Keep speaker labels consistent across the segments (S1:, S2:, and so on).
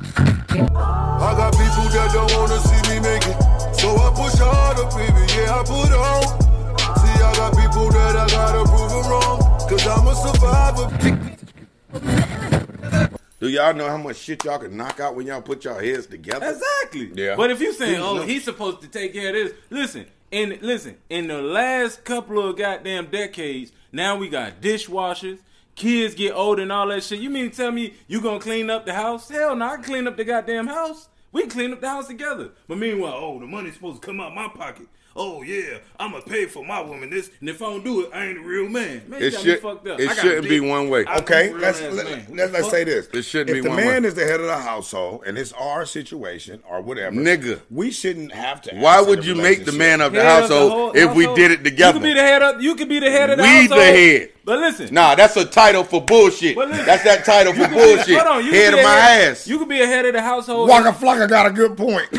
S1: I got people that don't wanna see me make it. So I push harder, baby, yeah, I put on. See, I got people that I gotta prove 'em wrong. Cause I'm a survivor.
S2: Do y'all know how much shit y'all can knock out when y'all put y'all heads together?
S3: Exactly.
S2: Yeah.
S3: But if you saying, oh,
S2: no-
S3: he's supposed to take care of this, listen, in listen, in the last couple of goddamn decades, now we got dishwashers, kids get old and all that shit. You mean to tell me you gonna clean up the house? Hell no, I can clean up the goddamn house. We can clean up the house together. But meanwhile, oh, the money's supposed to come out my pocket. Oh yeah, I'ma pay for my woman this, and if I don't do it, I ain't a real man. Man, you
S2: It
S3: got me
S2: should.
S3: fucked up. I
S2: It
S3: got a
S2: shouldn't be
S3: big-
S2: one way.
S3: I-
S2: Okay.
S3: I'm
S4: Okay,
S3: a real
S4: let's
S3: ass man.
S4: let, let's, let's say this.
S2: It shouldn't
S4: if
S2: be
S4: the
S2: one
S4: man
S2: way.
S4: is the head of the household and it's our situation or whatever,
S2: Nigga.
S4: we shouldn't have to.
S2: Why
S4: ask in
S2: would
S4: the
S2: you make the
S4: relationship.
S2: man of the
S3: Head of the
S2: household
S3: whole-
S2: if we
S3: household.
S2: did it together?
S3: You could be the head of. You could be the head of the
S2: We the
S3: household.
S2: head.
S3: But listen,
S2: Nah, that's a title for bullshit.
S3: But listen-
S2: That's that title for
S3: You could be-
S2: bullshit.
S3: Hold on, you could
S2: head
S3: be
S2: of
S3: a
S2: my
S3: head-
S2: ass.
S3: You could be a head of the household.
S4: Waka Flocka got a good point.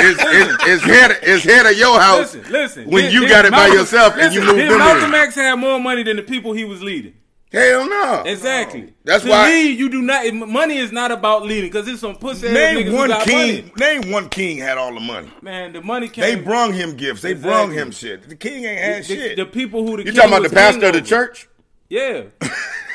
S2: It's, it's, it's head. It's head of your house.
S3: listen, listen.
S2: When
S3: Then-
S2: you
S3: then
S2: got it by
S3: Malcolm-
S2: yourself and you
S3: listen,
S2: moved
S3: then
S2: them
S3: Malcolm
S2: in.
S3: X had more money than the people he was leading.
S2: Hell no.
S3: Exactly.
S2: That's
S3: to
S2: why-
S3: me, you do not. Money is not about leading because it's some pussy ass niggas
S4: name
S3: who
S4: one
S3: got
S4: king.
S3: money.
S4: Name one king had all the money.
S3: Man, the money came.
S4: They brung him gifts. They
S3: Exactly.
S4: brung him shit. The king ain't
S3: the,
S4: had
S3: the,
S4: shit.
S3: the people who the
S2: You
S3: king
S2: talking about the
S3: was
S2: pastor
S3: king
S2: of the
S3: over.
S2: church?
S3: Yeah.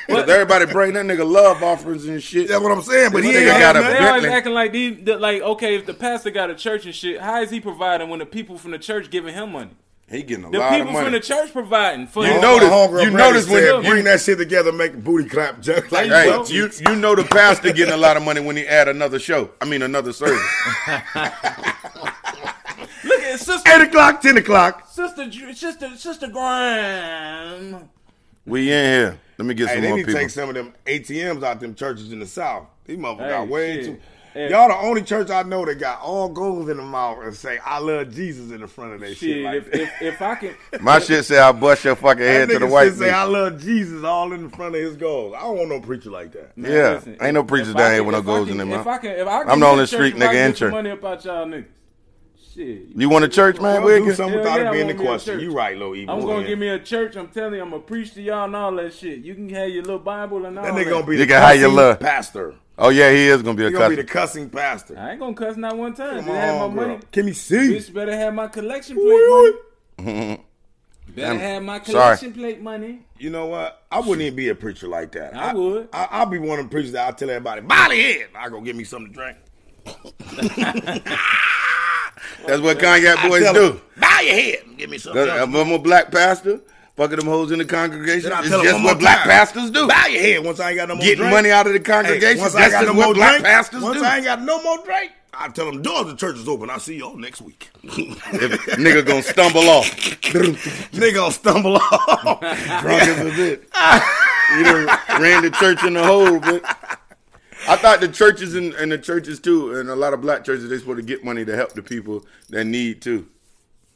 S2: Because everybody bring that nigga love offerings and shit.
S4: That's what I'm saying. But he
S2: This
S4: ain't
S2: nigga
S4: had
S2: got a
S4: nothing.
S3: They always
S2: Bentley.
S3: acting like these, that like okay, if the pastor got a church and shit, how is he providing when the people from the church giving him money?
S2: He getting a
S3: The
S2: lot of
S3: people from the
S2: money.
S3: church providing for
S2: You
S3: him.
S2: know
S4: My
S2: notice-
S4: homegirl
S2: you
S4: Brandy
S2: notice when
S4: said,
S2: you-
S4: bring that shit together, and make a booty clap joke. Like
S3: There
S2: Hey,
S3: know.
S2: you you know the pastor getting a lot of money when he add another show. I mean another service.
S3: Look at sister,
S4: eight o'clock, ten o'clock.
S3: sister, Ju- sister, sister Graham.
S2: we in here. Let me get
S4: Hey,
S2: some
S4: they
S2: more
S4: need to
S2: people.
S4: take some of them ATMs out them churches in the South. These motherfuckers
S3: Hey,
S4: got way
S3: shit.
S4: too.
S3: Hey.
S4: Y'all the only church I know that got all gold in the mouth and say "I love Jesus" in the front of their shit.
S3: Shit,
S4: like
S3: if,
S4: that.
S3: if if I can,
S2: My shit say I bust your fucking head
S4: That
S2: to the
S4: nigga
S2: white.
S4: should say
S2: bitch.
S4: "I love Jesus" all in front of his goals. I don't want no preacher like that.
S3: man,
S2: Yeah,
S3: listen,
S2: ain't no
S3: if-
S2: preachers
S3: if
S2: down
S3: I
S2: here
S3: can-
S2: with no
S3: if I
S2: goals
S3: can-
S2: in their
S3: If
S2: mouth.
S3: I can, if I can
S2: I'm the
S3: get
S2: only
S3: a church, if
S2: street
S3: I
S2: nigga
S3: can
S2: in
S3: get some
S2: church.
S3: money up out y'all niggas. Shit,
S2: You want a church, man?
S4: Y'all
S2: We'll
S4: do
S2: get
S4: something
S3: Hell
S4: without
S3: yeah,
S4: it being
S3: I
S4: in
S3: want me a
S4: question.
S3: church.
S4: You right, Lil E.
S3: I'm
S4: Boy,
S3: gonna
S4: yeah.
S3: give me a church. I'm telling you, I'm gonna preach to y'all and all that shit. You can have your little Bible and all
S4: that
S3: that.
S4: nigga gonna be
S2: You
S4: the
S2: can hide your
S4: cussing
S2: love.
S4: pastor.
S2: Oh yeah, he is gonna be a
S4: He gonna be the
S2: customer.
S4: cussing pastor.
S3: I ain't gonna cuss not one time.
S4: Come
S3: Just have my
S4: on, girl.
S3: money.
S4: Can we see?
S3: Bitch better have my collection plate money.
S4: Woo!
S3: Better
S2: Damn.
S3: have my
S2: Sorry.
S3: collection plate money.
S4: You know what? I wouldn't even be a preacher like that.
S3: I would.
S4: I, I'll be one of the preachers that I'll tell everybody, Molly head. I go get me something to drink.
S2: That's what Cognac boys
S4: Tell
S2: do.
S4: 'em, bow your head and give me something.
S2: That's-
S4: else.
S2: I'm a uh, black pastor, fucking them hoes in the congregation.
S4: Then I
S2: It's
S4: tell 'em
S2: just
S4: one
S2: what
S4: more
S2: black
S4: time.
S2: pastors do.
S4: Bow your head once I ain't got no more
S2: Getting
S4: drink.
S2: money out of the congregation.
S4: Hey, once I
S2: That's
S4: got
S2: just
S4: no
S2: what
S4: more
S2: black
S4: drink,
S2: pastors
S4: once
S2: do.
S4: I ain't got no more drink, I tell them doors the church is open. I'll see y'all next week.
S2: Nigga gonna stumble off.
S4: Nigga gonna stumble off.
S2: Drunk as a bitch. you done ran the church in the hole, but I thought the churches and, and the churches too, and a lot of black churches, they supposed to get money to help the people that need too.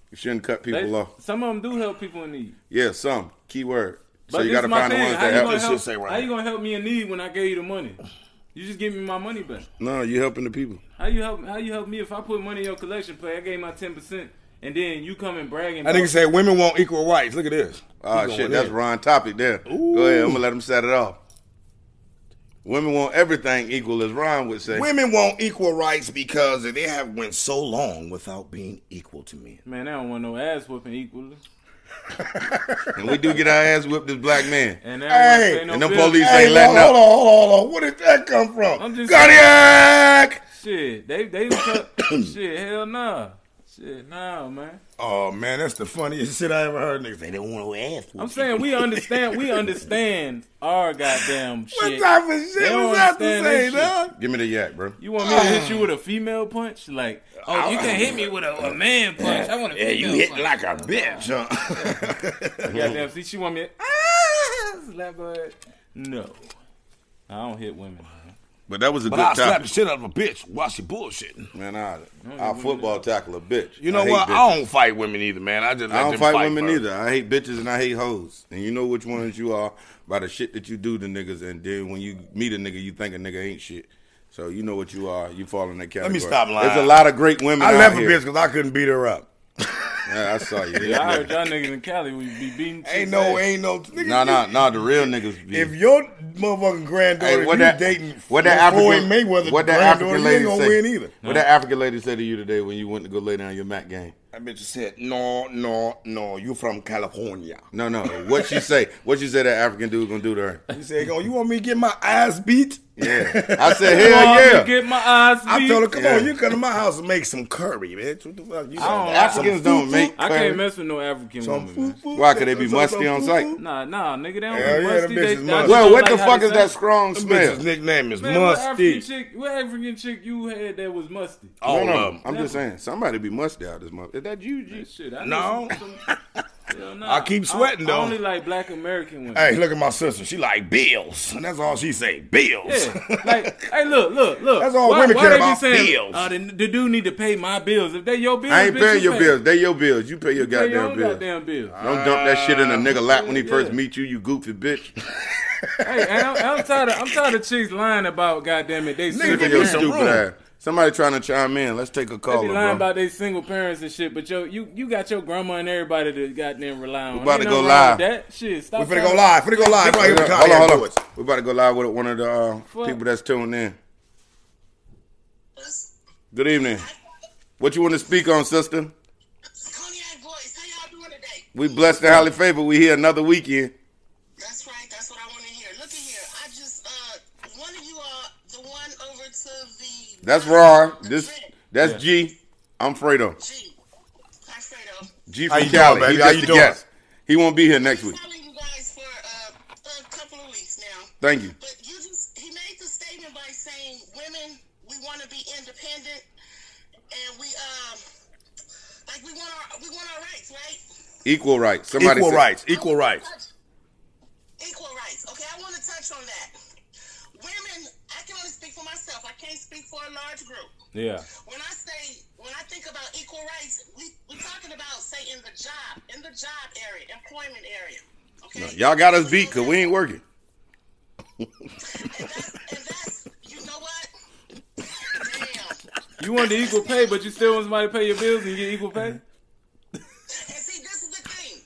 S2: You shouldn't cut
S3: They-
S2: people off.
S3: some of them do help people in need.
S2: Yeah, some. Key word. So
S3: But
S2: you
S3: this
S2: gotta
S3: is my
S2: find the
S3: thing.
S2: ones
S3: How you
S2: that
S3: gonna
S2: help.
S4: this
S3: help-
S4: shit say right
S3: How you
S4: here.
S3: gonna help me in need when I gave you the money? You just give me my money back.
S2: No, you helping the people.
S3: How you help? How you help me if I put money in your collection plate? I gave my ten percent, and then you come and brag and
S4: I think say women want equal rights. Look at this.
S2: Ah, shit, that's Ron topic there. Go ahead, I'm gonna let him set it off. Women want everything equal, as Ron would say.
S4: Women want equal rights because they have went so long without being equal to men.
S3: man, I don't want no ass whooping equally,
S2: And we do get our ass whipped as black men.
S3: and I don't
S4: Hey,
S3: wanna pay no
S2: and them
S3: bills.
S2: police- These
S4: Hey,
S2: ain't
S4: no,
S2: letting up.
S4: hold on, hold on, hold on. Where did that come from?
S3: I'm just-
S4: Cardiac!
S3: Shit, they they shit. Hell nah. Shit, nah, man.
S4: Oh man, that's the funniest shit I ever heard. Niggas say they don't want to ass.
S3: I'm saying we understand. We understand our goddamn
S4: What
S3: shit.
S4: type of shit
S3: They don't
S4: was that to
S3: understand
S4: say,
S3: that
S4: dog?
S2: Give me the yak, bro.
S3: You want me to hit you with a female punch? Like, oh, you can hit me with a, a man punch. I want a
S4: Yeah, you
S3: female
S4: hit
S3: punch.
S4: like a bitch, huh?
S3: Goddamn, see, she want me. Ah, slap her. No, I don't hit women. Man.
S2: But that was a
S4: but
S2: good
S4: I slapped the
S2: topic.
S4: shit out of a bitch while she bullshitting.
S2: Man, I, I football tackle a bitch.
S4: You know
S2: hate
S4: what?
S2: bitches.
S4: I don't fight women either, man. I just let
S2: I don't
S4: them
S2: fight, women
S4: first.
S2: either. I hate bitches and I hate hoes. And you know which ones you are by the shit that you do to niggas. And then when you meet a nigga, you think a nigga ain't shit. So you know what you are. You fall in that category.
S4: me stop lying.
S2: There's a lot of great women
S4: I
S2: out
S4: left a
S2: here.
S4: bitch because I couldn't beat her up.
S2: Yeah, I saw you.
S3: Yeah, I heard y'all niggas in Cali we be beating.
S4: Ain't
S3: chicks'
S4: no,
S3: ass.
S4: ain't no. Nigga,
S2: Nah, nah, nah. The real niggas. Be.
S4: If your motherfucking granddaughter,
S2: Hey, what
S4: you
S2: that-
S4: dating
S2: what that
S4: your Floyd
S2: African-
S4: Mayweather,
S2: what that
S4: granddaughter,
S2: African
S4: you ain't
S2: lady
S4: gonna
S2: say?
S4: win either.
S2: what that African lady said to you today when you went to go lay down your mat game?
S4: That bitch said, "No, no, no. You from California?"
S2: No, no. What she say? What she say that African dude gonna do to her?
S4: He said, "Oh, you want me to get my ass beat?"
S2: Yeah. I said,
S3: Come on,
S2: hell yeah.
S3: Get my eyes. Beat.
S4: I told her, "Come
S2: Yeah.
S4: on, you come to my house and make some curry, bitch. What the fuck? You
S3: I don't-
S2: Africans don't make
S3: I
S2: curry.
S3: can't mess with no African
S4: some
S3: woman.
S4: foo
S3: man.
S4: foo.
S2: Why, could they be
S4: Some- some
S2: musty on
S4: foo
S2: site?
S4: foo.
S3: Nah, nah, nigga, they don't
S4: Hell yeah,
S3: musty.
S4: them
S3: they,
S4: bitches
S3: I
S4: musty.
S3: just
S2: Well,
S3: don't
S2: what
S3: like
S2: the
S3: how
S2: fuck
S3: they
S2: is
S3: sound.
S2: that strong
S4: Them
S2: smell?
S4: bitch's nickname is
S3: Man, what African
S4: Musty. Uh,
S3: chick? What African chick you had that was musty?
S4: All
S2: No, no,
S4: of them.
S2: I'm just saying, somebody be musty out this month. Is that you, G?
S3: Shit, I
S4: No.
S3: know some- Hell nah.
S4: I keep sweating,
S3: I,
S4: though.
S3: I only like black American women.
S4: Hey, look at my sister. She like bills, and that's all she say. Bills.
S3: Yeah. Like, hey, look, look, look.
S4: That's all women care about, bills.
S3: Uh, the, the dude need to pay my bills. If they your bills,
S2: I ain't
S3: bitch,
S2: paying
S3: you
S2: your
S3: pay.
S2: bills. They your bills. You pay your
S3: Pay your
S2: goddamn
S3: own
S2: bills.
S3: goddamn bills.
S2: Don't dump that shit in a nigga lap when he
S3: yeah.
S2: first meet you, you goofy bitch.
S3: hey, and I'm, I'm tired. Of, I'm tired of chicks lying about goddamn it. They
S2: Look
S3: single
S2: at your
S3: parents.
S2: stupid
S4: room.
S2: ass. Somebody trying to chime in. Let's take a
S3: They
S2: call.
S3: be lying
S2: bro.
S3: about they single parents and shit, but yo, you you got your grandma and everybody to goddamn rely on.
S2: We about
S3: Ain't
S2: to
S3: nothing
S2: go
S3: wrong
S2: live.
S3: with That shit. Stop
S4: We finna
S3: trying
S4: go
S3: to-
S4: live. Finna go live. Right here with
S2: Hold on, hold
S4: Kanye
S2: on, hold
S4: Woods.
S2: on. We about to go live with one of the uh, people that's tuned in. Good evening. What you want to speak on, sister?
S5: Cognac boys, how y'all doing today?
S2: We blessed and highly favored. We here another weekend.
S5: That's right, that's what I want to hear. Look at here, I just, uh, one of you are the one over to the.
S2: That's Rar. This
S5: Gee,
S2: that's G. I'm Fredo.
S5: Hi, Fredo.
S2: G
S4: How
S2: from
S4: you doing,
S2: Cali.
S4: baby?
S2: He's
S4: How
S2: just
S4: you
S2: a
S4: doing?
S2: guest. He won't be here next
S5: I've
S2: week.
S5: been following you guys for uh, a couple of weeks now.
S2: Thank you.
S5: But you just, he made the statement by saying, women, we want to be independent and we, um, like we want our, we want our rights, right?
S2: Equal rights. Somebody
S4: Equal
S2: said-
S4: rights. Equal rights.
S5: Equal rights. Okay, I want to touch on that. Women, I can only speak for myself. I can't speak for a large group.
S3: Yeah.
S5: When I say, when I think about equal rights, we, we're talking about, say, in the job, in the job area, employment area. Okay?
S2: Y'all got us beat because we ain't working.
S5: And that's, and that's, you know what? Damn.
S3: You want the equal pay, but you still want somebody to pay your bills and you get equal pay?
S5: And see, this is the thing.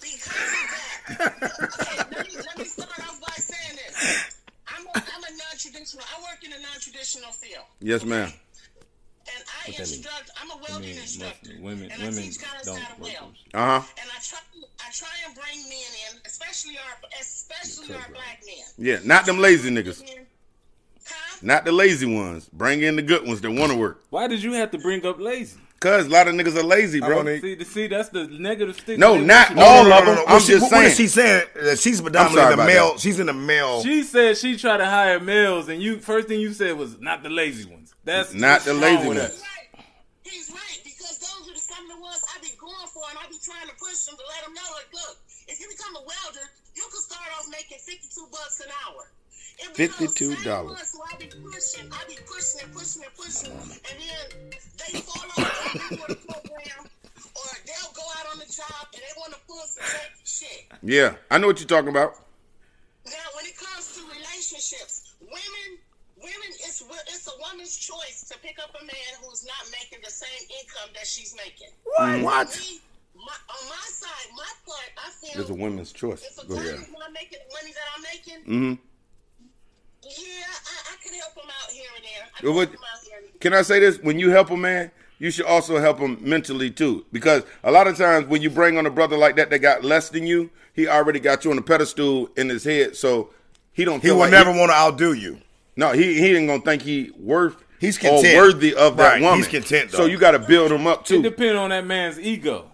S5: Because of that, okay, let me, let me start off by saying this. I'm a, I'm a non-traditional. I work in a non-traditional field.
S2: Yes, ma'am.
S5: and I instruct. I'm a welding instructor.
S3: Women,
S5: and I
S3: women
S5: teach guys
S3: don't
S5: how to
S3: work
S5: weld.
S3: those-
S2: Uh huh.
S5: And I try, I try and bring men in, especially our, especially our black men.
S2: Yeah, not them lazy niggas.
S5: Huh?
S2: Not the lazy ones. Bring in the good ones that want to work.
S3: Why did you have to bring up lazy?
S2: Cause a lot of niggas are lazy, bro.
S4: wanna-
S3: See, the- see, that's the negative stick.
S2: No,
S3: that they
S2: not
S3: want you to-
S2: all
S4: No, no,
S2: of
S4: no, no,
S2: them.
S4: no.
S2: I'm
S4: What she-
S2: just
S4: what- What is
S2: saying.
S4: she saying? That she's predominantly
S2: sorry
S4: in the
S2: about
S4: male.
S2: that.
S4: She's in the male.
S3: She said she tried to hire males, and you first thing you said was not the lazy ones. That's what's
S2: Not the
S3: wrong
S2: lazy
S3: with
S2: ones.
S3: us.
S5: He's right. He's right because those are the some of the ones I be going for, and I be trying to push them to let them know, like, look, if you become a welder, you can start off making fifty-two bucks an hour. And we know those same
S2: $52.
S5: ones who I be pushing, I be pushing and pushing and pushing, and then they fall off the the program, or they'll go out on the job and they want to pull some fake shit.
S2: Yeah, I know what you're talking about.
S5: Now, when it comes to relationships, women, women, it's wo- it's a woman's choice to pick up a man who's not making the same income that she's making.
S4: what? What?
S5: Me, my, on my side, my part, I feel
S2: It's a woman's choice.
S5: if a
S2: Go
S5: guy
S2: ahead. Mm-hmm.
S5: is not making the money that I'm making, yeah, I, I could help him out here and there. I could
S2: Well, what-
S5: help him out here and there.
S2: Can I say this? When you help a man, you should also help him mentally too, because a lot of times when you bring on a brother like that that got less than you, he already got you on a pedestal in his head, so he don't.
S4: He
S2: feel
S4: will
S2: like
S4: never want to outdo you.
S2: No, he he ain't gonna think he worth.
S4: He's
S2: Or
S4: content.
S2: worthy of that
S4: Right,
S2: woman.
S4: he's content, though.
S2: So you got to build him up
S3: It
S2: too.
S3: depends on that man's ego.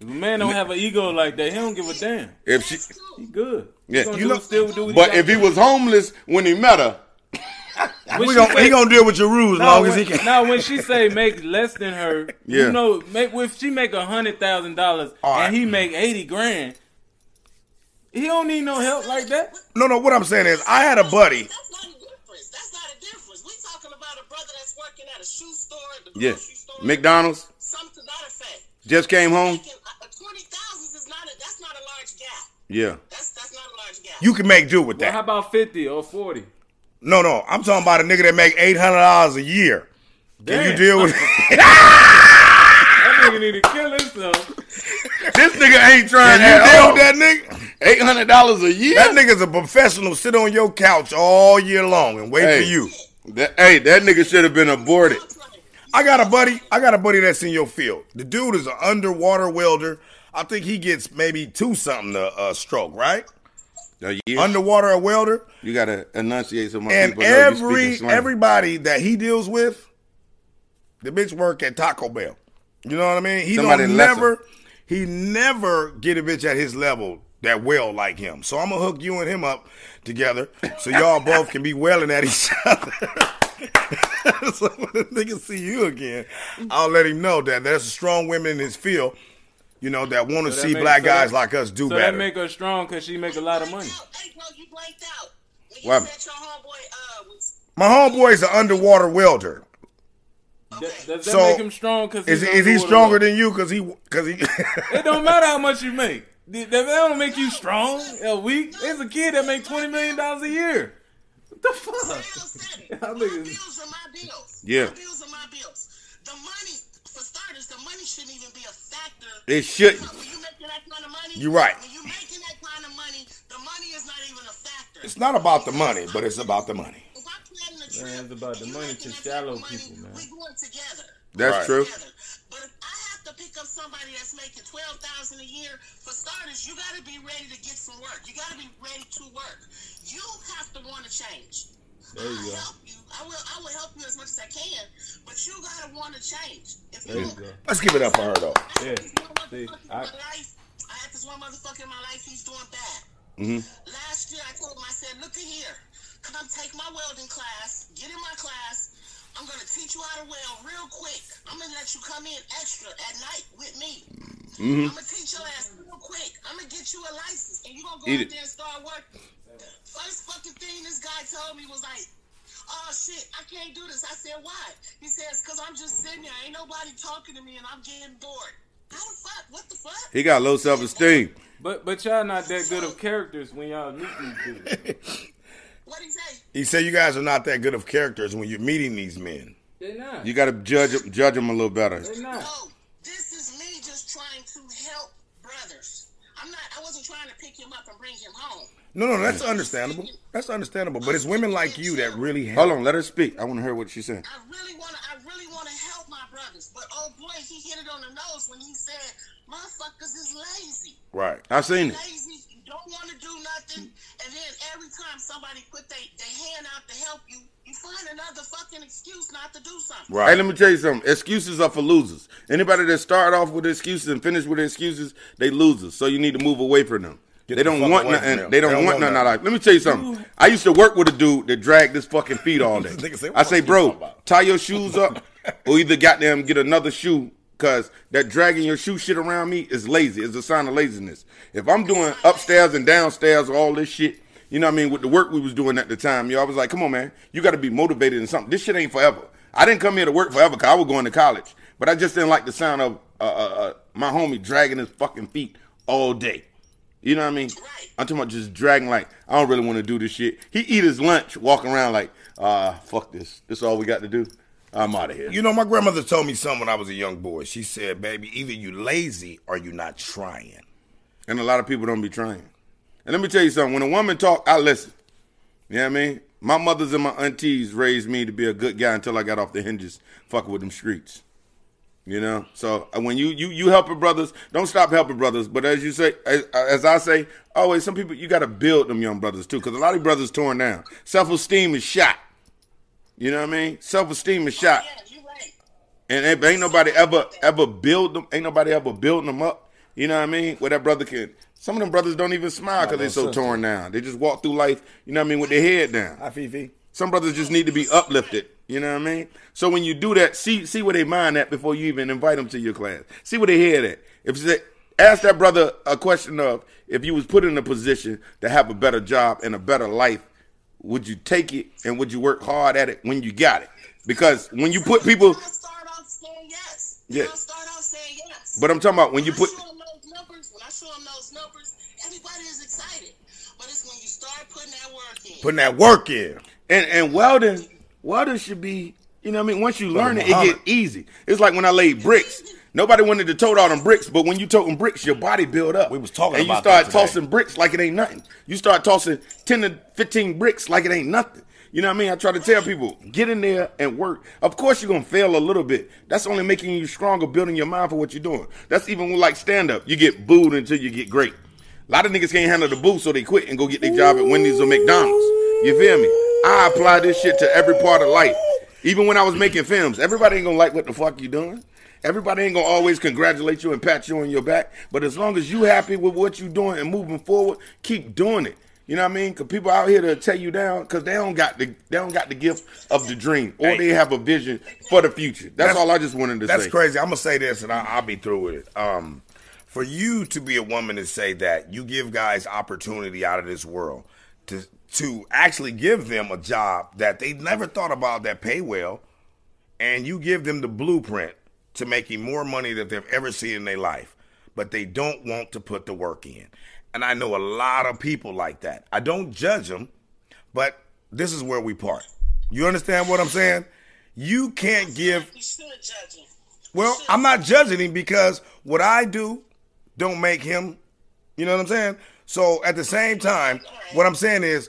S3: If a man don't have an ego like that, he don't give a damn.
S2: If she,
S5: That's
S3: He
S5: true.
S3: good.
S2: Yeah.
S3: He gonna
S2: You
S3: do,
S2: know-
S3: still do what
S2: but if he
S3: gotta
S2: was homeless when he met her,
S3: do. When
S4: We
S3: she
S4: gonna,
S3: say-
S4: he gonna deal with your rules as
S3: Now
S4: long as
S3: when,
S4: he can.
S3: now, when she say make less than her,
S2: Yeah.
S3: you know, make, if she make a hundred thousand dollars
S4: All
S3: and
S4: right.
S3: he make eighty grand, he don't need no help like that.
S4: No, no. What I'm saying is, I had a buddy.
S5: That's not a difference. That's not a difference. We talking about a brother that's working at a shoe store, at the
S2: yeah,
S5: grocery store,
S2: McDonald's
S5: something to that effect.
S2: just came home.
S5: Making, uh, twenty thousand is not a that's not a large gap.
S2: Yeah,
S5: That's that's not a large gap.
S4: You can make do with
S3: Well, how
S4: that.
S3: about fifty or forty?
S4: No, no. I'm talking about a nigga that make eight hundred dollars a year. Can you
S3: Damn.
S4: deal with?
S3: That nigga need to kill himself.
S2: This nigga ain't trying
S4: And you
S2: at
S4: deal
S2: all.
S4: with that nigga?
S2: Eight hundred dollars a year.
S4: That nigga's a professional. Sit on your couch all year long and wait
S2: Hey.
S4: for you.
S2: That- hey, that nigga should have been aborted.
S4: I got a buddy. I got a buddy that's in your field. The dude is an underwater welder. I think he gets maybe two something a, a stroke, right?
S2: A year.
S4: Underwater a welder,
S2: you gotta enunciate so my
S4: and
S2: people know you
S4: every
S2: speaking slang.
S4: everybody that he deals with, the bitch work at Taco Bell. You know what I mean? He
S2: Somebody
S4: don't
S2: lesser.
S4: never, he never get a bitch at his level that well like him. So I'm gonna hook you and him up together so y'all both can be welling at each other. so when the nigga see you again, I'll let him know that there's strong women in his field, you know, that want to
S3: So that
S4: see
S3: make-
S4: black
S3: so
S4: guys
S3: that-
S4: like us do
S3: so
S4: better.
S3: that make her strong because she make a lot of money.
S5: Hey, bro, you blanked out. When you
S2: Why?
S5: said your homeboy, uh, was,
S4: My homeboy is an underwater welder.
S3: Th- Does that
S4: So,
S3: make him strong? Because
S4: Is, is he stronger than you? Cause he, cause he.
S3: It don't matter how much you make. Th- That, that don't make you strong or weak. There's a kid that make twenty million dollars a year. What the
S5: Sal
S3: fuck?
S5: said it.
S3: I
S5: My
S3: think it's-
S5: bills are my bills.
S2: Yeah.
S5: My bills are my bills. The money, for starters, the money shouldn't even be a factor.
S2: It shouldn't.
S5: When you making that kind of money,
S4: You're right.
S5: When you making that kind of money, the money is not even a factor.
S4: it's not about the money, but it's about the money.
S5: If I'm planning a trip,
S3: Man, it's about
S5: and
S3: the
S5: you
S3: money
S5: making
S3: to
S5: that type
S3: shallow
S5: of money,
S3: people, man.
S5: We going together.
S2: That's
S4: Right.
S2: true.
S5: Together. But if I have to pick up somebody that's making twelve thousand a year, for starters, you got to be ready to get some work. You got to be ready to work. You have to want to change.
S3: There you
S5: I'll
S3: go.
S5: help you. I will. I will help you as much as I can. But you gotta want to change. If
S3: There
S5: you,
S3: you go.
S4: Let's give it up for her though.
S5: I had this
S3: Yeah.
S5: one motherfucker
S3: See,
S5: in
S3: I-
S5: my life. I had this one motherfucker in my life. He's doing bad. Last year, I told him, I said, "Look at here, come take my welding class. Get in my class. I'm gonna teach you how to weld real quick. I'm gonna let you come in extra at night with me. I'm gonna teach your ass real quick. I'm gonna get you a license, and you gonna go
S2: Eat
S5: out
S2: it.
S5: there and start working." First fucking thing this guy told me was like, "Oh shit, I can't do this." I said, "Why?" He says, "Cause I'm just sitting here, ain't nobody talking to me, and I'm getting bored." How the fuck? What the fuck?
S2: He got low self esteem.
S3: But but y'all not that good of characters when y'all meet these dudes.
S5: What he say?
S4: He said you guys are not that good of characters when you're meeting these men.
S3: They not.
S2: You gotta judge him- judge him a little better.
S3: They not.
S5: No, this is me just trying to help brothers. I'm not. I wasn't trying to pick him up and bring him home.
S4: No, no, that's understandable. That's understandable. But it's women like you that really help.
S2: Hold on, let her speak. I want to hear what she's saying.
S5: I really want to. I really want to help my brothers. But oh boy, he hit it on the nose when he said, "Motherfuckers is lazy."
S4: Right.
S2: I've seen it.
S5: lazy, you don't want to do nothing, and then every time somebody put their they hand out to help you, you find another fucking excuse not to do something.
S2: Hey,
S4: Right.
S2: let me tell you something. Excuses are for losers. Anybody that start off with excuses and finish with excuses, they losers. So you need to move away from them.
S4: Get
S2: they
S4: the
S2: don't
S4: fuck
S2: want
S4: away from
S2: nothing.
S4: them.
S2: They don't, want nothing out of life. Let me tell you something. I used to work with a dude that dragged his fucking feet all day.
S4: This nigga say,
S2: I
S4: what
S2: say,
S4: you
S2: bro,
S4: talking about?"
S2: tie your shoes up, or either goddamn get another shoe, cause that dragging your shoe shit around me is lazy. It's a sign of laziness. If I'm doing upstairs and downstairs all this shit. You know what I mean? With the work we was doing at the time, y'all was like, come on, man, you got to be motivated in something. This shit ain't forever. I didn't come here to work forever because I was going to college. But I just didn't like the sound of uh, uh, uh, my homie dragging his fucking feet all day. You know what I mean? I'm talking about just dragging like I don't really want to do this shit. He eat his lunch, walk around like, uh, fuck this. This all we got to do. I'm out of here.
S4: You know, my grandmother told me something when I was a young boy. She said, "Baby, either you lazy or you not trying."
S2: And a lot of people don't be trying. And let me tell you something. When a woman talk, I listen. You know what I mean? My mothers and my aunties raised me to be a good guy until I got off the hinges, fucking with them streets. You know, so uh, when you you you helping brothers, don't stop helping brothers. But as you say, as, as I say, always some people you got to build them young brothers too, because a lot of brothers torn down. Self esteem is shot. You know what I mean? Self esteem is shot.
S5: Yeah, you right.
S2: And ain't, ain't nobody ever ever build them. Ain't nobody ever building them up. You know what I mean? Where that brother can. Some of them brothers don't even smile because they so torn down. They just walk through life. You know what I mean? With their head down.
S4: Hi, Fifi.
S2: Some brothers just need to be uplifted. You know what I mean? So when you do that, see see where they mind at before you even invite them to your class. See where they head at. If you say, ask that brother a question of if you was put in a position to have a better job and a better life, would you take it and would you work hard at it when you got it? Because when you put people,
S5: I'll start off saying yes.
S2: Yeah.
S5: I'll start off saying yes.
S2: but I'm talking about when you
S5: When
S2: put.
S5: I show 'em those numbers, when I show 'em those numbers, everybody is excited. But it's when you start putting that work in.
S4: Putting that work in.
S2: And and welding, welding should be You know what I mean? Once you learn it, it get easy. It's like when I laid bricks. Nobody wanted to tote all them bricks, but when you toting bricks, your body build up.
S4: We was talking
S2: and
S4: about
S2: you start
S4: that today.
S2: tossing bricks like it ain't nothing. You start tossing ten to fifteen bricks like it ain't nothing. You know what I mean? I try to tell people, get in there and work. Of course, you're gonna fail a little bit. That's only making you stronger, building your mind for what you're doing. That's even like stand up. You get booed until you get great. A lot of niggas can't handle the boo, so they quit and go get their job at Wendy's or McDonald's. You feel me? I apply this shit to every part of life. Even when I was making films, everybody ain't gonna like what the fuck you doing. Everybody ain't gonna always congratulate you and pat you on your back. But as long as you happy with what you doing and moving forward, keep doing it. You know what I mean? Cause people out here to tear you down because they don't got the they don't got the gift of the dream or
S4: Hey.
S2: they have a vision for the future. That's,
S4: That's-
S2: all I just wanted to
S4: That's
S2: say.
S4: crazy. I'm gonna say this, and I, I'll be through with it. Um, for you to be a woman and say that you give guys opportunity out of this world to to actually give them a job that they never thought about that pay well, and you give them the blueprint to making more money that they've ever seen in their life, but they don't want to put the work in. And I know a lot of people like that. I don't judge them, but this is where we part. You understand what I'm saying? You can't give
S5: You should judge him.
S4: well, I'm not judging him because what I do don't make him. You know what I'm saying? So at the same time, what I'm saying is,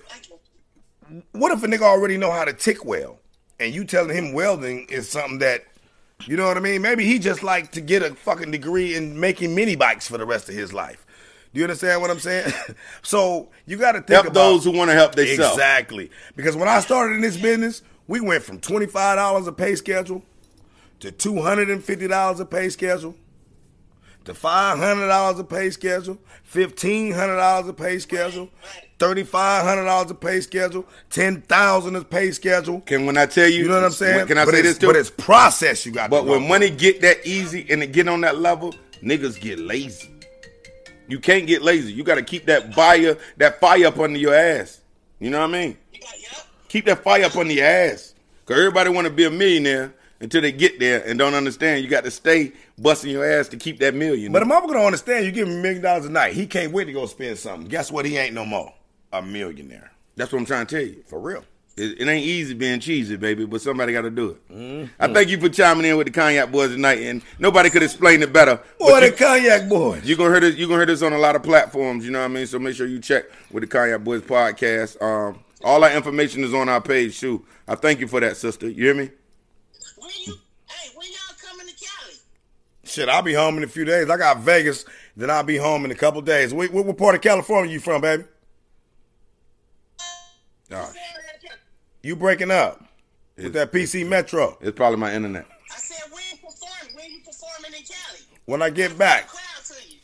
S4: what if a nigga already know how to tick weld, and you telling him welding is something that, you know what I mean? Maybe he just like to get a fucking degree in making mini bikes for the rest of his life. Do you understand what I'm saying? so you got to think
S2: Help
S4: about
S2: those who want to help themselves.
S4: Exactly. Because when I started in this business, we went from $25 a pay schedule to $250 a pay schedule to $500 a pay schedule, $1,500 a pay schedule, $3,500 a pay schedule, $10,000 a pay schedule.
S2: Can when I tell you,
S4: You know what I'm saying?
S2: Can I
S4: but
S2: say
S4: it's-
S2: this too?
S4: But it's process you got
S2: But
S4: to
S2: when
S4: go.
S2: money get that easy and it get on that level, niggas get lazy. You can't get lazy. You gotta keep that fire, that fire up under your ass. You know what I mean?
S5: You got, yep.
S2: Keep that fire up under your ass. Cause everybody wanna be a millionaire until they get there and don't understand. You got to stay busting your ass to keep that million.
S4: But a motherfucker don't understand. You give him a million dollars a night. He can't wait to go spend something. Guess what? He ain't no more a millionaire.
S2: That's what I'm trying to tell you.
S4: For real.
S2: It, it ain't easy being cheesy, baby, but somebody got to do it.
S4: Mm-hmm.
S2: I thank you for chiming in with the Cognac Boys tonight, and nobody could explain it better. but
S4: Boy,
S2: you-
S4: the cognac boys.
S2: You gonna hear this. You gonna hear this on a lot of platforms. You know what I mean. So make sure you check with the Kanye Boys podcast. Um, all our information is on our page too. I thank you for that, sister. You hear me?
S5: When you, hey, when y'all coming to Cali?
S4: Shit, I'll be home in a few days. I got Vegas, then I'll be home in a couple days. Wait, what, what part of California you from, baby?
S5: I
S4: You breaking up with that PC Metro.
S2: It's probably my internet.
S5: said, when you perform, when you performing in Cali?
S4: When I get back,
S5: Crowd to you.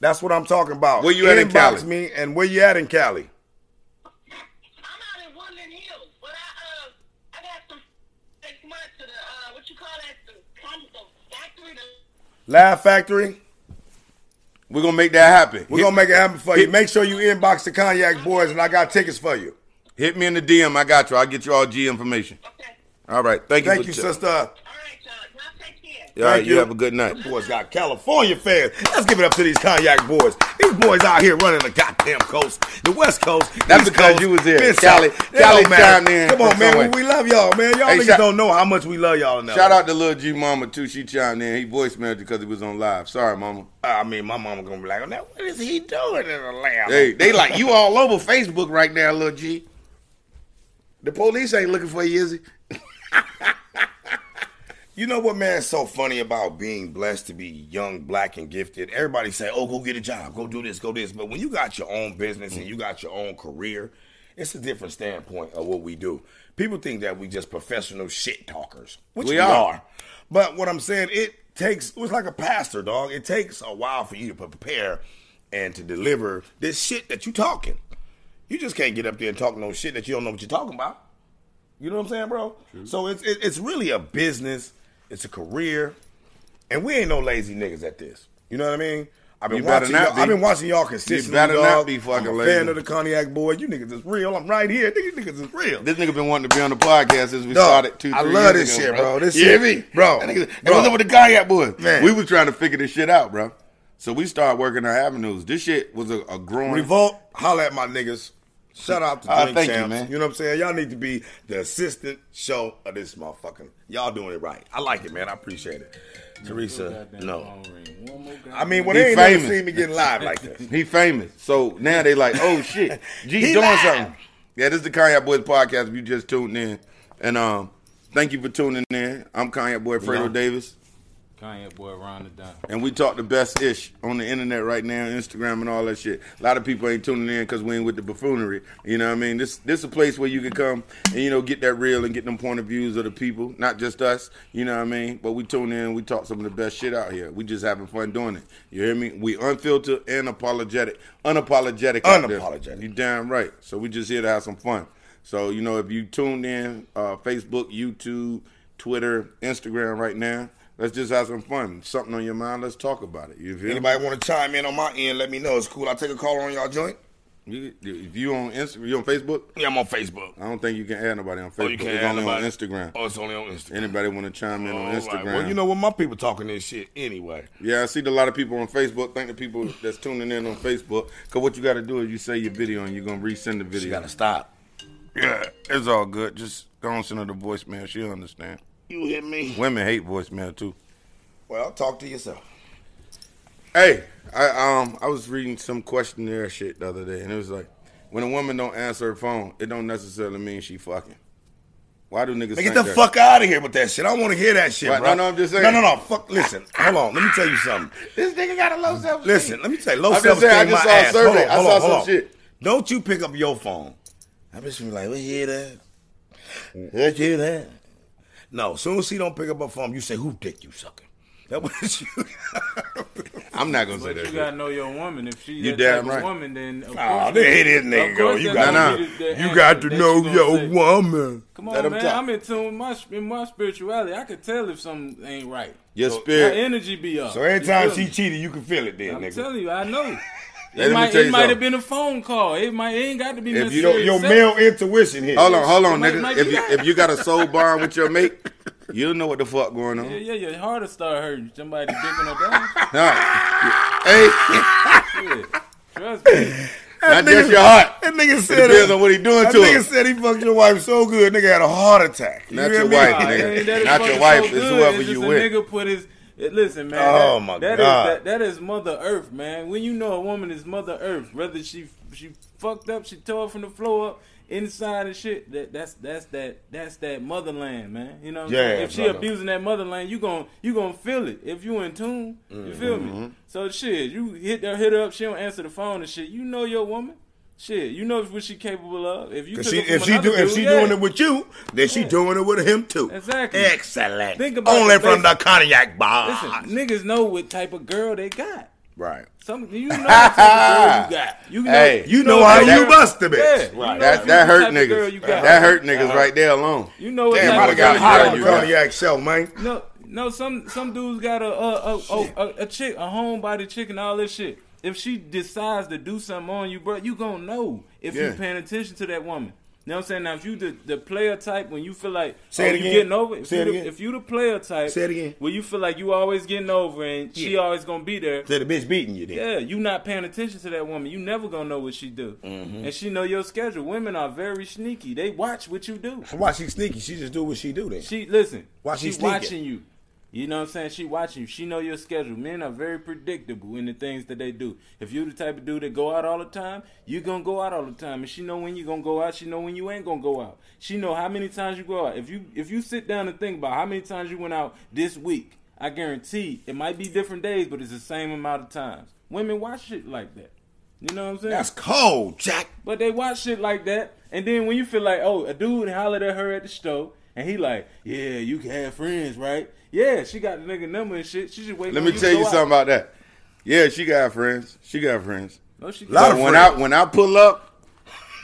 S4: that's what I'm talking about.
S2: Where you at in
S4: Inbox
S2: Cali?
S4: me and where you at in Cali?
S5: I'm out in Woodland Hills, but I uh I got some six months to the uh what you call that the com the factory the
S4: Laugh Factory.
S2: We're gonna make that happen.
S4: We're
S2: hit,
S4: gonna make it happen for you.
S2: hit-
S4: Make sure you inbox the Cognac Boys, and I got tickets for you.
S2: hit me in the DM. I got you. I'll get you all G information.
S5: okay.
S2: All right. Thank you.
S4: Thank
S2: for
S4: you,
S2: ch-
S4: sister.
S5: All right, y'all. Y'all take care.
S2: All right,
S4: Thank
S2: you.
S4: you.
S2: have a good night.
S4: Boys got California fans. Let's give it up to these Cognac boys. These boys out here running the goddamn coast, the West Coast.
S2: That's
S4: East
S2: because
S4: Coast,
S2: you was here.
S4: Mid South.
S2: Cali-
S4: It
S2: Cali
S4: don't matter.
S2: chimed in
S4: Come on,
S2: from
S4: man.
S2: somewhere.
S4: We love y'all, man. Y'all
S2: Hey,
S4: niggas
S2: shout-
S4: don't know how much we love y'all. Enough.
S2: Shout out to Lil G Mama too. She chimed in. He voicemailed because he was on live. Sorry, Mama.
S4: I mean, my mama gonna be like, now what is he doing in Atlanta?
S2: Hey, they like you all over Facebook right now, Lil G. The police ain't looking for you, is he?
S4: You know what, man? It's so funny about being blessed to be young, black, and gifted. Everybody say, "Oh, go get a job, go do this, go this." But when you got your own business and you got your own career, it's a different standpoint of what we do. People think that we just professional shit talkers, which
S2: We
S4: we,
S2: are.
S4: are. But what I'm saying, it takes. It's like a pastor, dog. It takes a while for you to prepare and to deliver this shit that you talking. You just can't get up there and talk no shit that you don't know what you're talking about. You know what I'm saying, bro? So it's it, it's really a business. It's a career, and we ain't no lazy niggas at this. You know what I mean? I've been
S2: You better
S4: watching.
S2: not
S4: Y'all, I've
S2: be.
S4: been watching y'all consistently.
S2: better not
S4: dog.
S2: be fucking
S4: I'm a
S2: lazy.
S4: Fan of the cognac boy. You niggas is real. I'm right here. Nigga, you niggas is real.
S2: This nigga been wanting to be on the podcast since we
S4: Dog,
S2: started two, three
S4: I love
S2: years
S4: this
S2: ago,
S4: shit, bro. This
S2: you
S4: shit-
S2: hear me?
S4: bro,
S2: That nigga, It
S4: bro.
S2: was up with the kayak boys.
S4: Man.
S2: We was trying to figure this shit out, bro. So we started working our avenues. This shit was a, a growing.
S4: Revolt. Holla at my niggas. Shout out to
S2: Uh,
S4: Drink
S2: thank you,
S4: Champs.
S2: man.
S4: know what I'm saying? Y'all need to be the assistant show of this motherfucking. Y'all doing it right. I like it, man. I appreciate it. Teresa,
S3: Goddamn
S4: no.
S3: phone ring. One more goddamn-
S4: I mean, when
S2: He
S4: they ain't never
S2: famous.
S4: seen me getting live like this.
S2: He famous. So now they like, oh shit, G's
S4: He
S2: doing
S4: live.
S2: something. Yeah, this is the Kanye Boys podcast. If you just tuned in, and um, thank you for tuning in. I'm Kanye Boy Fredo
S4: Yeah.
S2: Davis,
S3: Kanye boy Ron the Don.
S2: and we talk the best ish on the internet right now, Instagram and all that shit. A lot of people ain't tuning in because we ain't with the buffoonery. You know what I mean? This this a place where you can come and you know get that real and get them point of views of the people, not just us. You know what I mean? But we tune in, we talk some of the best shit out here. We just having fun doing it. You hear me? We unfiltered and apologetic, unapologetic, out there.
S4: Unapologetic.
S2: You damn right. So we just here to have some fun. So you know, if you tuned in, uh, Facebook, YouTube, Twitter, Instagram, right now, let's just have some fun. Something on your mind, let's talk about it. You feel me?
S4: Anybody want to chime in on my end? Let me know. It's cool. I'll take a call on y'all joint.
S2: You, if you on Instagram, you on Facebook?
S4: Yeah, I'm on Facebook.
S2: I don't think you can add nobody on Facebook.
S4: Oh, you can't
S2: it's
S4: add
S2: only
S4: nobody.
S2: on Instagram.
S4: Oh, it's only on Instagram.
S2: Anybody want to chime in on
S4: All right.
S2: Instagram?
S4: Well, you know what? My people talking this shit anyway.
S2: Yeah, I see a lot of people on Facebook. Thank the people that's tuning in on Facebook. Cause what you got to do is you say your video and you're gonna resend the video.
S4: You gotta stop.
S2: Yeah, it's all good. Just go and send her the voicemail. She'll understand.
S4: You hear me?
S2: Women hate voicemail too.
S4: Well, talk to yourself.
S2: Hey, I um I was reading some questionnaire shit the other day, and it was like, when a woman don't answer her phone, it don't necessarily mean she fucking. Why do niggas
S4: Man,
S2: think
S4: get the
S2: that?
S4: fuck out of here with that shit. I don't want to hear that shit,
S2: Right,
S4: bro.
S2: no, no, I'm just saying.
S4: No, no, no. Fuck. Listen, hold on. Let me tell you something.
S2: This nigga got a low self.
S4: Listen, let me tell you. Low
S2: I'm just
S4: self esteem.
S2: saying, I just saw a survey. I saw some
S4: on.
S2: shit.
S4: Don't you pick up your phone? I'm just gonna be like, we hear that. Let's hear that. No, as soon as she don't pick up her phone, you say, "Who dick you sucking?" That was you.
S2: I'm not gonna say
S3: But
S2: that.
S3: you
S2: shit.
S3: gotta know your woman. If she that
S2: You
S3: type
S2: damn
S3: of
S2: right.
S3: woman, then of
S4: Ah,
S3: course
S4: there
S3: that-
S4: here this
S3: of
S4: nigga go.
S3: course
S4: You
S3: that's
S4: got,
S2: Nah,
S3: gonna
S2: nah.
S3: be the- the
S4: you
S3: answer
S4: got to
S3: that
S4: know
S3: you gonna
S4: your
S3: say.
S4: woman.
S3: Come
S2: Let
S3: on,
S2: him
S3: man.
S2: talk.
S3: I'm in tune with my in my spirituality. I could tell if something ain't right.
S2: Your
S3: My
S2: spirit.
S3: energy be up.
S4: So every time
S3: You feel
S4: she
S3: me?
S4: cheated, you can feel it then,
S3: I'm
S4: nigga.
S3: telling you, I know.
S2: Let
S3: It
S2: me
S3: might,
S2: tell you
S3: it might have
S2: something.
S3: been a phone call. It might it ain't got to be
S2: If you
S4: Your,
S3: necessarily
S4: your
S3: sex.
S4: male intuition here.
S2: Hold on, hold on,
S3: Might-
S2: nigga.
S3: might
S2: if
S3: be
S2: you
S3: that.
S2: if you got a soul bond with your mate, you'll know what the fuck going on.
S3: Yeah, yeah, your heart will start hurting. Somebody digging her down.
S2: Nah. Hey,
S3: Yeah. Trust me.
S2: not just your heart.
S4: That nigga
S2: It
S4: said
S2: depends on what he doing
S4: That
S2: to
S4: nigga
S2: her.
S4: said he fucked your wife so good, nigga had a heart attack. You
S2: Not
S4: hear
S2: your
S4: me?
S2: wife,
S3: Nah,
S2: nigga.
S3: it ain't that it's
S2: Not your
S3: fucking
S2: wife,
S3: So
S2: it's
S3: good.
S2: whoever
S3: just
S2: you
S3: a
S2: with.
S3: Nigga put his. it- Listen, man.
S4: Oh,
S3: that-
S4: my
S3: that is-
S4: God.
S3: that, that is Mother Earth, man. When you know a woman is Mother Earth, whether she she fucked up, she tore from the floor up, inside and shit. That that's that's that that's that motherland, man. You know. What I'm
S4: Yeah,
S3: saying? If she
S4: brother.
S3: abusing that motherland, you gon' you gonna feel it. If you in tune, you feel
S4: Mm-hmm.
S3: me. So shit, you hit her, hit her up. She don't answer the phone and shit. You know your woman. Shit, you know what she capable of. If you
S4: If
S3: took
S4: she,
S3: her from
S4: if she
S3: another
S4: do, if
S3: dude,
S4: she
S3: yeah.
S4: doing it with you, then she doing it with him too.
S3: Exactly.
S4: Excellent.
S3: Think about
S4: Only
S3: the
S4: from the cognac bar.
S3: Listen, niggas know what type of girl they got.
S4: Right.
S3: Some you know what type of girl you got. You know,
S2: Hey,
S4: You know how
S3: that-
S4: you bust the
S3: Yeah,
S4: bitch.
S3: you know
S2: That
S3: what
S2: that
S3: type
S2: hurt
S3: of girl
S2: niggas.
S3: you got.
S2: That hurt niggas right there alone.
S3: You know what
S4: Damn,
S3: type
S4: I
S2: Everybody
S3: of
S4: done got
S2: got
S3: girl
S4: hot
S2: hotter
S4: on
S2: you
S4: the
S3: you
S2: than
S3: got.
S4: cognac show, man.
S3: No, no. Some some dudes got a a a, a, a, a chick, a homebody chick, and all this shit. If she decides to do something on you, bro, you gonna know if
S2: Yeah.
S3: you paying attention to that woman. You know what I'm saying? Now, if you the, the player type, when you feel like
S4: Say it
S3: oh,
S4: again.
S3: you getting over, if
S4: Say
S3: you
S4: it
S3: the,
S4: again.
S3: if you the player type,
S4: Say it again.
S3: where you feel like you always getting over and she
S4: Yeah.
S3: always gonna be there,
S4: So the bitch beating you then.
S3: Yeah, you not paying attention to that woman. You never gonna know what she do,
S4: Mm-hmm.
S3: and she know your schedule. Women are very sneaky. They watch what you do.
S4: Why she sneaky? She just do what she do then.
S3: She listen.
S4: Why she sneaking?
S3: watching you? You know what I'm saying? She watching you. She know your schedule. Men are very predictable in the things that they do. If you're the type of dude that go out all the time, you gonna go out all the time, and she know when you gonna go out. She know when you ain't gonna go out. She know how many times you go out. If you if you sit down and think about how many times you went out this week, I guarantee it might be different days, but it's the same amount of times. Women watch shit like that. You know what I'm saying?
S4: That's cold, Jack.
S3: But they watch shit like that, and then when you feel like, oh, a dude hollered at her at the store, and he like, yeah, you can have friends, right? Yeah, she got the nigga number and shit. She just wait.
S2: Let
S3: on
S2: me
S3: to
S2: tell you
S3: go out.
S2: something about that. Yeah, she got friends. She got friends.
S3: No, she
S4: Lot
S2: But
S4: of
S3: got
S2: when
S4: friends.
S2: I when I pull up,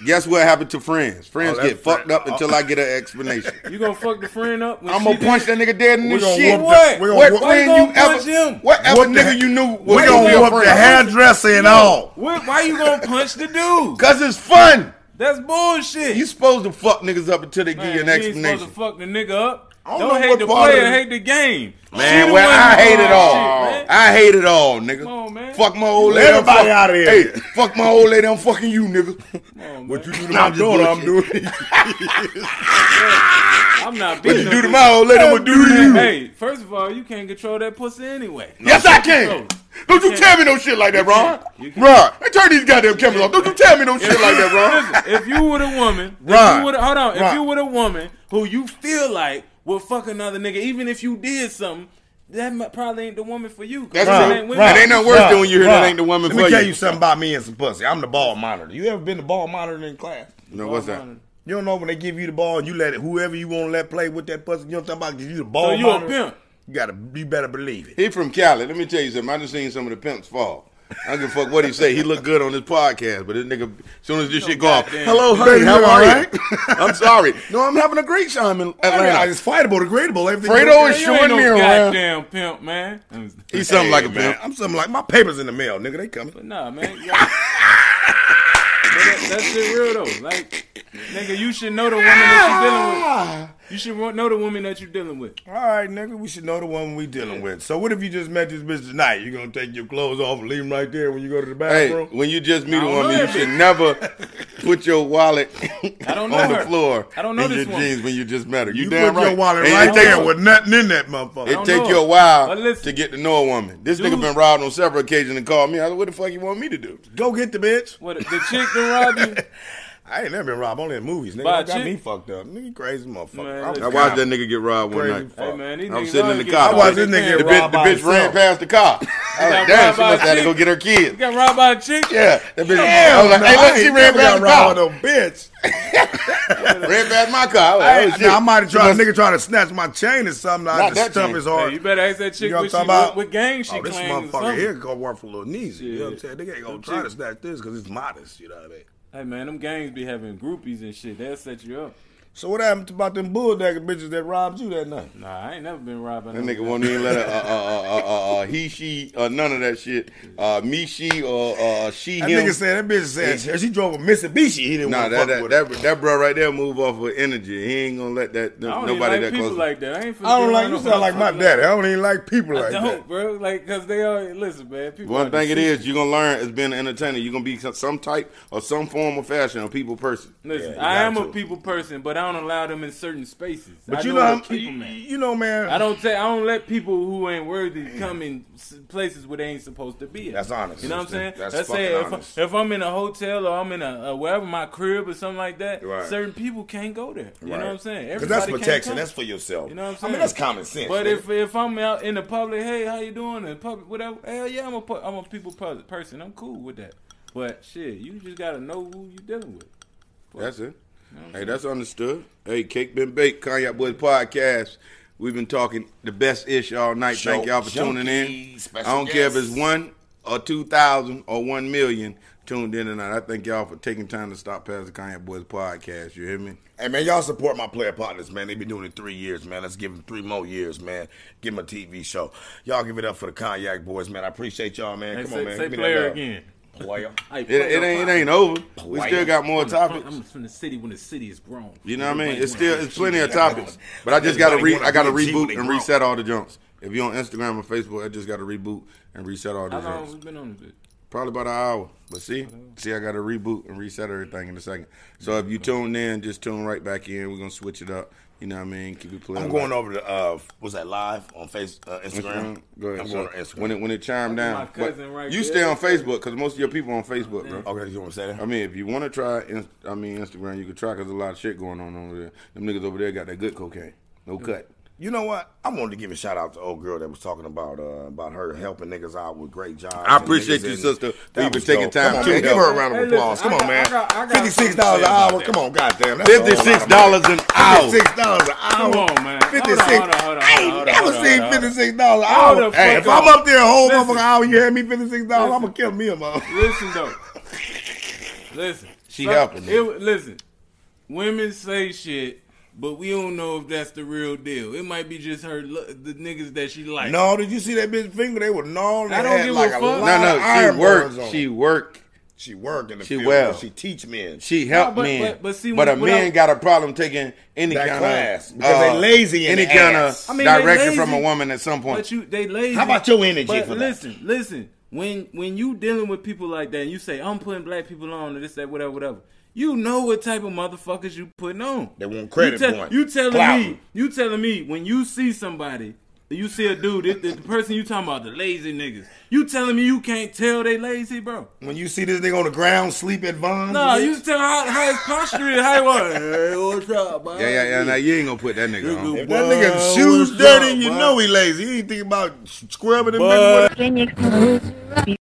S2: guess what happened to friends? Friends
S4: Oh, that
S2: get fucked
S4: friend-
S2: up
S4: oh.
S2: until I get an explanation.
S3: You gonna fuck the friend up? When
S2: I'm
S3: she
S2: gonna punch
S3: did-
S2: that nigga dead in
S4: We
S2: this
S4: gonna
S2: shit.
S4: whoop that- we gonna
S2: What
S4: whoop-
S2: friend
S3: Why you
S2: you
S3: gonna punch
S2: ever?
S3: him?
S2: What ever
S4: Whoop the
S2: nigga
S4: he-
S2: you knew
S4: We
S2: was
S4: gonna
S2: your
S4: whoop the
S2: friend?
S4: hairdresser and all.
S3: What, why you gonna punch the dude?
S2: Cause it's fun.
S3: That's bullshit.
S2: You supposed to fuck niggas up until they give you
S3: Man,
S2: an
S3: you ain't supposed to
S2: explanation.
S3: fuck the nigga up.
S4: I don't
S3: Don't,
S4: know
S3: hate
S4: what
S3: the
S4: part of
S3: player,
S4: the-
S3: hate the game.
S2: Man,
S3: She the
S2: well,
S3: one who
S2: I hate
S3: doing
S2: it
S3: that
S2: all.
S3: shit, man. man.
S2: I hate it all, nigga.
S3: Come on, man.
S2: Fuck my old lady. I'm
S4: Everybody
S2: fuck-
S4: outta here.
S2: Hey, fuck my old lady. I'm fucking you, nigga.
S3: on,
S2: what you
S3: man.
S2: do to my daughter, I'm doing.
S3: I'm not
S2: what
S3: beating
S2: you
S3: no
S2: do to
S3: bitch.
S2: my old lady, I'm gonna do to you.
S3: Hey, first of all, you can't control that pussy anyway.
S2: yes, I can. Don't you tell me no shit like that, Ron.
S3: You can't.
S2: Ron, hey, turn these goddamn cameras off. Don't you tell me no shit like that, Ron.
S3: Listen, if you were a woman, if
S2: Ron.
S3: you were hold on, if
S2: Ron.
S3: you were a woman who you feel like will fuck another nigga, even if you did something, that mu- probably ain't the woman for you. 'cause
S2: That's
S3: it
S2: true.
S3: ain't women.
S2: It ain't nothing worse than when you hear that
S4: Bruh,
S2: ain't the woman
S4: Let
S2: for
S4: me tell
S2: you.
S4: you something about me and some pussy. I'm the ball monitor. You ever been the ball monitor in class?
S2: No, what's that?
S4: You don't know when they give you the ball and you let it, whoever you want to let play with that pussy. You know what I'm talking about? Give you the ball.
S3: So you a
S4: monitor.
S3: pimp.
S4: You gotta. You better believe it.
S2: He from Cali. Let me tell you something. I just seen some of the pimps fall. I don't give a fuck what he say. He look good on this podcast, but this nigga, as soon as this shit go off,
S3: goddamn-
S2: hello, honey,
S4: Baby,
S2: how
S4: you
S2: are
S4: all
S2: you? I'm sorry. No, I'm having a great time in
S4: I mean,
S2: Atlanta.
S4: it's fightable, degradable. Everything.
S2: Fredo is
S3: You
S2: showing
S3: ain't no
S2: me around.
S3: goddamn pimp, man.
S2: He's something like a
S4: man.
S2: pimp.
S4: I'm something like my papers in the mail, nigga. They coming.
S3: But nah, man. you gotta- But that, that shit real though. Like, nigga, you should know the woman that you
S2: Ah.
S3: dealing with. You should wa- know the woman that you dealing with.
S4: All right, nigga, we should know the one we dealing with. So what if you just met this bitch tonight? You gonna take your clothes off and leave them right there when you go to the
S2: Hey,
S4: bathroom?
S2: when you just meet
S3: I
S2: a
S3: don't
S2: woman,
S3: know
S2: you
S3: that
S2: should never put your wallet
S3: I don't know
S2: on the
S3: her.
S2: floor
S3: I don't know
S2: in
S3: this
S2: your
S3: woman.
S2: jeans when you just met her. You,
S4: you put
S2: damn right.
S4: your wallet
S2: And it
S4: right
S2: take-
S4: there with nothing in that motherfucker.
S2: It
S3: don't
S2: take
S3: know
S2: you
S3: her.
S2: a while
S3: But listen.
S2: to get to know a woman. This
S3: Dude.
S2: nigga been robbed on several occasions and called me. I said, "What the fuck you want me to do?"
S4: go get the bitch.
S3: What the chick that robbed you?
S4: I ain't never been robbed only in movies, nigga.
S3: By a
S4: That got
S3: chick?
S4: me fucked up. Nigga, you crazy motherfucker.
S3: Man,
S4: I'm
S3: listen.
S2: I
S4: proud.
S2: watched that nigga get robbed one
S4: Crazy
S2: night.
S4: fuck.
S3: hey man, these
S2: I was
S3: niggas
S2: sitting in
S3: always
S2: the
S3: get
S2: car.
S4: I watched this
S3: robbed.
S4: nigga get
S2: The
S3: They
S2: bitch,
S4: robbed
S2: the
S4: by
S2: bitch ran
S4: herself.
S2: past the car. I was
S3: got
S2: like, damn,
S3: robbed
S2: she
S3: by
S2: must
S3: a
S2: have to go
S3: chick.
S2: get her
S3: You
S2: kids.
S3: got robbed by a chick.
S2: Yeah, that bitch. I
S4: Hell
S2: was like,
S4: no,
S2: hey,
S4: I
S2: look, she
S4: ain't
S2: ran
S4: never
S2: past
S4: got
S2: the
S4: robbed
S2: car.
S4: by no bitch.
S2: Ran past my car. I
S4: I, now,
S2: was like, oh, shit.
S4: I might have
S2: She
S4: tried
S2: must-
S4: a nigga trying to snatch my chain or something. I
S2: Not
S4: just
S2: that
S4: stump
S2: chain.
S4: his
S3: Hey,
S4: heart.
S3: you better ask that
S4: You
S3: chick
S4: know
S3: what,
S4: what
S3: she,
S4: I'm talking
S3: what,
S4: about?
S3: what gang she
S4: oh, this
S3: claims.
S4: motherfucker here gonna work for little Neesy. You know what I'm
S3: Yeah.
S4: saying? They ain't gonna
S3: Them
S4: try to
S3: chicks-
S4: snatch this because it's modest. You know what I mean?
S3: Hey man, them gangs be having groupies and shit. They'll set you up.
S4: So what happened about them bulldagger bitches that robbed you that night?
S3: Nah, I ain't never been robbed by
S2: That
S3: no
S2: nigga won't even let her, uh, uh, uh, uh, uh, he, she, uh, none of that shit. Uh, me, she, or uh, she,
S4: That
S2: him.
S4: nigga said that bitch said she drove a Mitsubishi. He didn't
S2: Nah,
S4: want to fuck
S2: that that,
S4: with
S2: that
S4: her.
S2: that bro right there move off of energy. He ain't gonna let that
S3: I don't
S2: nobody
S3: even like
S2: that
S3: people
S2: close.
S3: like that. I ain't finna
S4: I
S3: be
S4: don't like
S3: around
S4: you.
S3: no
S4: Sound like my
S3: motherfucker
S4: daddy. I don't even like people like
S3: I
S4: that.
S3: don't, bro. Like, cause they are listen, man. People
S2: One
S3: are
S2: thing it
S3: deceitful.
S2: is, you're gonna learn as being an entertainer. You're gonna be some- some type or some form of fashion or people person.
S3: Listen,
S4: Yeah, you
S3: I
S4: got
S3: am a
S4: to.
S3: people person, but I don't allow them in certain spaces. I
S4: But you know,
S3: know, where
S4: how-
S3: to keep
S4: you,
S3: 'em at.
S4: you know, man.
S3: I don't say I don't let people who ain't worthy come in s- places where they ain't supposed to be. At.
S4: That's honest.
S3: You know what I'm saying?
S4: That's
S3: Let's
S4: fucking
S3: say if,
S4: honest.
S3: if I'm in a hotel or I'm in a, a wherever my crib or something like that,
S4: Right.
S3: certain people can't go there. You know what I'm saying?
S4: Because that's
S3: Everybody can't
S4: protection.
S3: come.
S4: That's for yourself.
S3: You know what I'm saying?
S4: I mean, that's common sense.
S3: But
S4: nigga.
S3: if if I'm out in the public, hey, how you doing? In public, whatever. Hell yeah, I'm a pu- I'm a people pu- person. I'm cool with that. But shit, you just gotta know who you dealing with.
S2: That's it. Hey, that's understood. Hey, cake been baked. Kanye Boys podcast. We've been talking the best ish all night.
S4: Show
S2: Thank y'all for tuning
S4: junkie,
S2: in. I
S4: special
S2: don't care if it's
S4: guest.
S2: one or two thousand or one million tuned in tonight. I thank y'all for taking time to stop past the Kanye Boys podcast. You hear me?
S4: Hey man, y'all support my player partners, man. They been doing it three years, man. Let's give them three more years, man. Give them a TV show. Y'all give it up for the Cognac boys, man. I appreciate y'all, man.
S3: Hey,
S4: Come
S3: say,
S4: on, man.
S3: say
S4: give me that uh,
S3: player
S4: love.
S3: again.
S4: Player.
S3: Hey,
S2: It,
S3: player,
S2: it ain't it
S3: player.
S2: ain't over. We still got more topics.
S3: I'm from the city when the city is grown.
S2: You know what I mean? It's
S3: Everybody
S2: still
S3: wanna
S2: it's plenty
S3: be a
S2: of
S3: G.
S2: topics, but I just gotta re I
S4: Everybody
S2: gotta
S4: wanna be a G when
S2: reboot
S4: they
S2: and
S4: grow.
S2: reset all the jumps. If you're on Instagram or Facebook, I just gotta reboot and reset all the
S3: How long
S4: Uh-huh.
S2: jumps.
S3: we been on this? bitch?
S2: Probably about an hour. But see, see, I got to reboot and reset everything in a second. So if you tuned in, just tune right back in. We're gonna switch it up. You know what I mean? Keep it playing.
S4: I'm going over to uh was that live on face uh, Instagram?
S2: Go ahead.
S4: I'm
S2: so
S4: going to Instagram.
S2: when it when it chimed
S3: That's
S2: down,
S3: my
S2: but
S3: cousin right there.
S2: you stay on Facebook because most of your people on Facebook, bro.
S4: okay, you want to say that?
S2: I mean, if you want to try, Inst- I mean Instagram, you can try because a lot of shit going on over there. Them niggas over there got that good cocaine, no cut.
S4: You know what? I wanted to give a shout out to old girl that was talking about uh, about her helping niggas out with great jobs.
S2: I appreciate you, sister, for
S4: That
S2: you for
S4: was
S2: taking
S4: dope.
S2: time
S4: Come on,
S2: to
S4: man, give
S2: help.
S4: her a round
S3: Hey,
S4: of
S3: listen,
S4: applås. Come
S3: I
S4: on,
S3: got- I
S4: man.
S3: got- I got
S4: Fifty-six dollars an
S3: something
S4: hour.
S3: to say
S4: Come on, goddamn. that's a whole lot of money.
S2: Fifty-six dollars an hour.
S4: Fifty-six dollars an hour.
S3: Come on, man. Hold on,
S4: Fifty-six.
S3: hold on, hold on,
S4: I ain't
S3: hold on,
S4: never
S3: hold on,
S4: seen
S3: hold on.
S4: fifty-six dollars an
S3: Hold
S4: hour.
S3: the
S4: Hey,
S3: fuck
S4: if I'm
S3: up.
S4: up there a whole
S3: Listen.
S4: motherfucking hour, you hand me fifty-six dollars, I'm gonna kill me a motherfucker.
S3: Listen though. listen.
S2: She
S3: So-
S2: helping me.
S3: It, listen. Women say shit, but we don't know if that's the real deal. It might be just her lo- the niggas that she likes.
S4: No, did you see that bitch finger? They were gnawing.
S3: I
S4: They
S3: don't
S4: had
S3: give
S4: like
S3: a
S4: a lot
S3: fuck.
S2: No,
S4: of
S2: no, she
S4: iron bars
S2: worked.
S4: on.
S2: She worked
S4: She work in the
S2: She
S4: field.
S2: well.
S4: She teach men.
S2: She helped
S3: but-
S2: men,
S3: but- but see,
S2: a
S3: when- when
S2: man
S3: I-
S2: got a problem taking any
S4: That
S2: kind
S4: class,
S2: of
S4: because they lazy in
S2: any
S4: the
S2: kind
S4: ass.
S2: of
S4: I
S3: mean, they
S2: direction from a
S3: lazy,
S2: woman at some point.
S3: But you, they lazy.
S4: How about your energy
S3: But
S4: for that?
S3: listen, listen. When when you dealing with people like that, and you say I'm putting black people on, or this, that, whatever, whatever. You know what type of motherfuckers you putting on.
S4: They want credit
S3: you
S4: for it.
S3: You telling
S4: Clout.
S3: me? You telling me when you see somebody, you see a dude, it, the person you talking about, the lazy niggas. You telling me you can't tell they lazy, bro?
S4: When you see this nigga on the ground sleep at Vons,
S3: No, you tell how, how his posture is, how he was. Hey, what's up, man?
S2: yeah, yeah, yeah. Now you ain't gonna put that nigga on.
S4: if that nigga's shoes dirty, you know he lazy. He ain't thinking about scrubbing them. big
S6: Phoenix moves.